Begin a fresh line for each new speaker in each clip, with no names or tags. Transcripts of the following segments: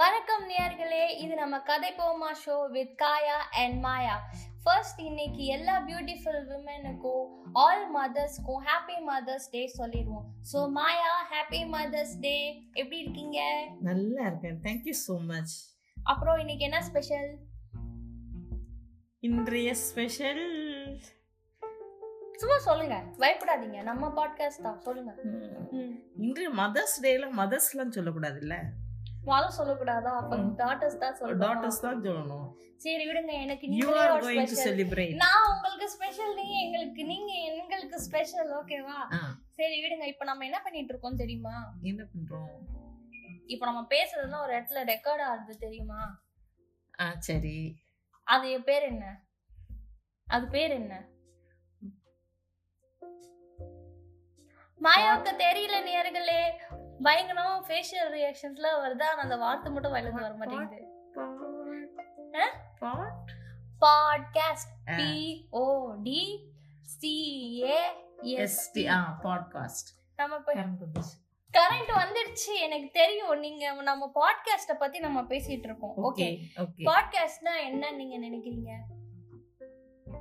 வணக்கம் நேயர்களே இது நம்ம கதை போமா show with Kaya and Maya first இன்னைக்கு எல்லா பியூட்டிஃபுல் விமெனுக்கும் ஆல் மதர்ஸ்க்கும் ஹாப்பி மதர்ஸ் டே சொல்லிடுவோம் so Maya happy mother's day எப்படி இருக்கீங்க
நல்லா இருக்கேன் தேங்க்யூ ஸோ மச்
அப்புறம் இன்னைக்கு என்ன ஸ்பெஷல்
இன்றைய ஸ்பெஷல்
சும்மா சொல்லுங்க பயப்படாதீங்க நம்ம பாட்காஸ்ட் தான் சொல்லுங்க
இன்றைய மதர்ஸ் டேல மதர்ஸ்லாம் சொல்லக்கூடாதுல்ல
வாழ சொல்லக்கூடாதா அப்ப
ம்.
டாட்டர்ஸ் தான் சொல்லணும்
டாட்டர்ஸ் தான் சொல்லணும்
சரி விடுங்க எனக்கு
யூ
நீங்களே
ஆர்
ஒரு
கோயிங் டு
ஸ்பெஷல்
செலிப்ரேட்
நான் உங்களுக்கு ஸ்பெஷல் நீங்க எங்களுக்கு நீங்க எங்களுக்கு ஸ்பெஷல் ஓகேவா சரி விடுங்க இப்ப நம்ம என்ன பண்ணிட்டு இருக்கோம் தெரியுமா
என்ன பண்றோம்
இப்ப நம்ம பேசுறதுலாம் ஒரு இடத்துல ரெக்கார்ட் ஆகுது தெரியுமா
ஆ சரி
அது என் பேர் என்ன அது பேர் என்ன மாயாவுக்கு தெரியல நேர்களே பயங்கரமா ஃபேஷியல் ரியாக்ஷன்ஸ்ல வருது ஆனா அந்த வார்த்தை மட்டும் வயலுக்கு வர மாட்டேங்குது ஆ?
பாட்
பாட்காஸ்ட்
ஆ.
P O D C A S T
எஸ்டி ஆ பாட்காஸ்ட்
நம்ம இப்ப கரண்ட் வந்துடுச்சு எனக்கு தெரியும் நீங்க நம்ம பாட்காஸ்ட பத்தி நம்ம பேசிட்டு இருக்கோம்
ஓகே
ஓகே
ஓகே
பாட்காஸ்ட்னா என்ன நீங்க நினைக்கிறீங்க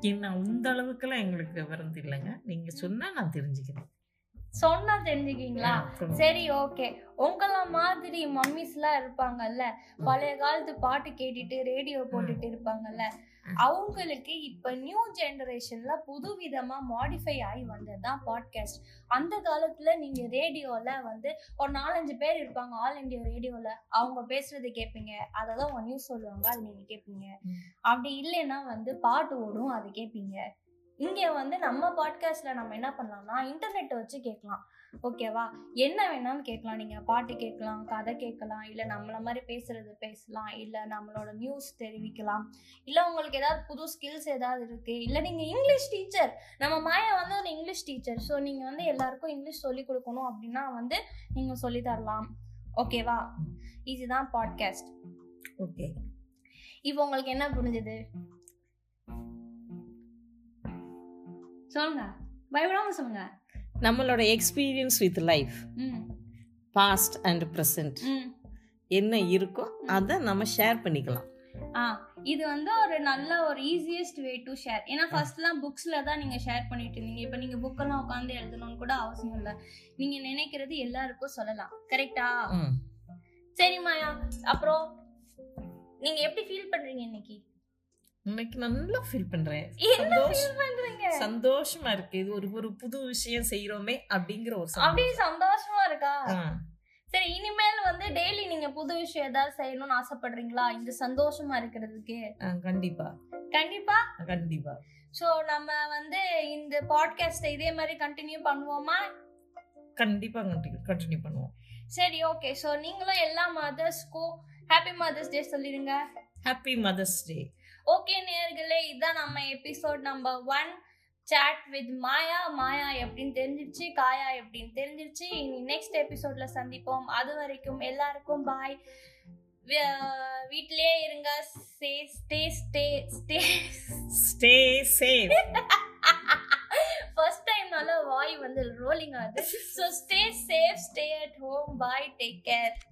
என்ன உந்த அளவுக்குலாம் எங்களுக்கு விவரம் இல்லைங்க நீங்க சொன்னா நான் தெரிஞ்சுக்கிறேன்
சொன்னா தெரிஞ்சுக்கீங்களா
ஆ, சொல்லுங்க.
சரி ஓகே உங்கள மாதிரி மம்மிஸ்லாம் இருப்பாங்கல்ல பழைய காலத்து பாட்டு கேட்டுட்டு ரேடியோ போட்டுட்டு இருப்பாங்கல்ல
ம்.
அவங்களுக்கு இப்ப நியூ ஜெனரேஷன்ல புது விதமா மாடிஃபை ஆகி வந்ததுதான் பாட்காஸ்ட் அந்த காலத்துல நீங்க ரேடியோல வந்து ஒரு நாலஞ்சு பேர் இருப்பாங்க ஆல் இந்தியா ரேடியோல அவங்க பேசுறது கேட்பீங்க அததான் உங்க நியூஸ் சொல்லுவாங்க அது நீங்க கேட்பீங்க
ம்.
அப்படி இல்லைன்னா வந்து பாட்டு ஓடும் அது கேட்பீங்க இங்க வந்து நம்ம பாட்காஸ்ட்ல நம்ம என்ன பண்ணலாம்னா இன்டர்நெட் வச்சு கேட்கலாம் ஓகேவா என்ன வேணாலும் கேட்கலாம் நீங்க பாட்டு கேட்கலாம் கதை கேட்கலாம் இல்ல நம்மள மாதிரி பேசுறது பேசலாம் இல்ல நம்மளோட நியூஸ் தெரிவிக்கலாம் இல்ல உங்களுக்கு ஏதாவது புது ஸ்கில்ஸ் ஏதாவது இருக்கு இல்ல நீங்க இங்கிலீஷ் டீச்சர் நம்ம மாயா வந்து ஒரு இங்கிலீஷ் டீச்சர் ஸோ நீங்க வந்து எல்லாருக்கும் இங்கிலீஷ் சொல்லி கொடுக்கணும் அப்படின்னா வந்து நீங்க சொல்லி தரலாம் ஓகேவா இதுதான் பாட்காஸ்ட்
ஓகே
இப்போ உங்களுக்கு என்ன புரிஞ்சுது சொல்லுங்க பயப்படாம சொல்லுங்க
நம்மளோட எக்ஸ்பீரியன்ஸ் வித் லைஃப்
ம்
பாஸ்ட் அண்ட் ப்ரெசன்ட்
ம்
என்ன இருக்கோ அதை நம்ம ஷேர் பண்ணிக்கலாம்
ஆ இது வந்து ஒரு நல்ல ஒரு ஈஸியஸ்ட் வே டு ஷேர் ஏன்னா ஃபர்ஸ்ட்லாம் புக்ஸில் தான் நீங்கள் ஷேர் பண்ணிட்டு இருந்தீங்க இப்போ நீங்கள் புக்கெல்லாம் உட்காந்து எழுதணும்னு கூட அவசியம் இல்லை நீங்கள் நினைக்கிறது எல்லாருக்கும் சொல்லலாம் கரெக்டா
ம்.
சரி மாயா அப்புறம் நீங்கள் எப்படி ஃபீல் பண்ணுறீங்க இன்னைக்கு
இன்னைக்கு நல்லா ஃபீல் பண்றேன்
என்ன
சந்தோஷ்-
ஃபீல் பண்ணுறீங்க
சந்தோஷமா இருக்கு இது ஒரு ஒரு புது விஷயம் செய்யறோமே அப்படிங்கிற ஒரு சந்தோஷம்.
அப்படியே சந்தோஷமா இருக்கா
ஆ,
சரி இனிமேல் வந்து டெய்லி நீங்க புது விஷயம் ஏதாவது செய்யணும்னு ஆசைப்படுறீங்களா இந்த சந்தோஷமா இருக்கிறதுக்கு
ஆ, கண்டிப்பா
கண்டிப்பா
கண்டிப்பா
ஸோ நம்ம வந்து இந்த பாட்காஸ்ட்டை இதே மாதிரி கண்டினியூ பண்ணுவோமா
கண்டிப்பா கண்டினியூ பண்ணுவோம்
சரி ஓகே ஸோ நீங்களும் எல்லா மதர்ஸ்க்கும் ஹாப்பி மதர்ஸ் டே சொல்லிடுங்க
ஹாப்பி மதர்ஸ் டே
ஓகே நேர்களே இதுதான் நம்ம episode number one chat with Maya Maya எப்படின்னு தெரிஞ்சிருச்சு காயா எப்படின்னு தெரிஞ்சிருச்சு இனி நெக்ஸ்ட் எபிசோட்ல சந்திப்போம் அது வரைக்கும் எல்லாருக்கும் பாய் வீட்டிலேயே இருங்க stay stay stay stay
stay safe
first டைம்னால வாய் வந்து ரோலிங் ஆகுது so stay safe stay at home bye take care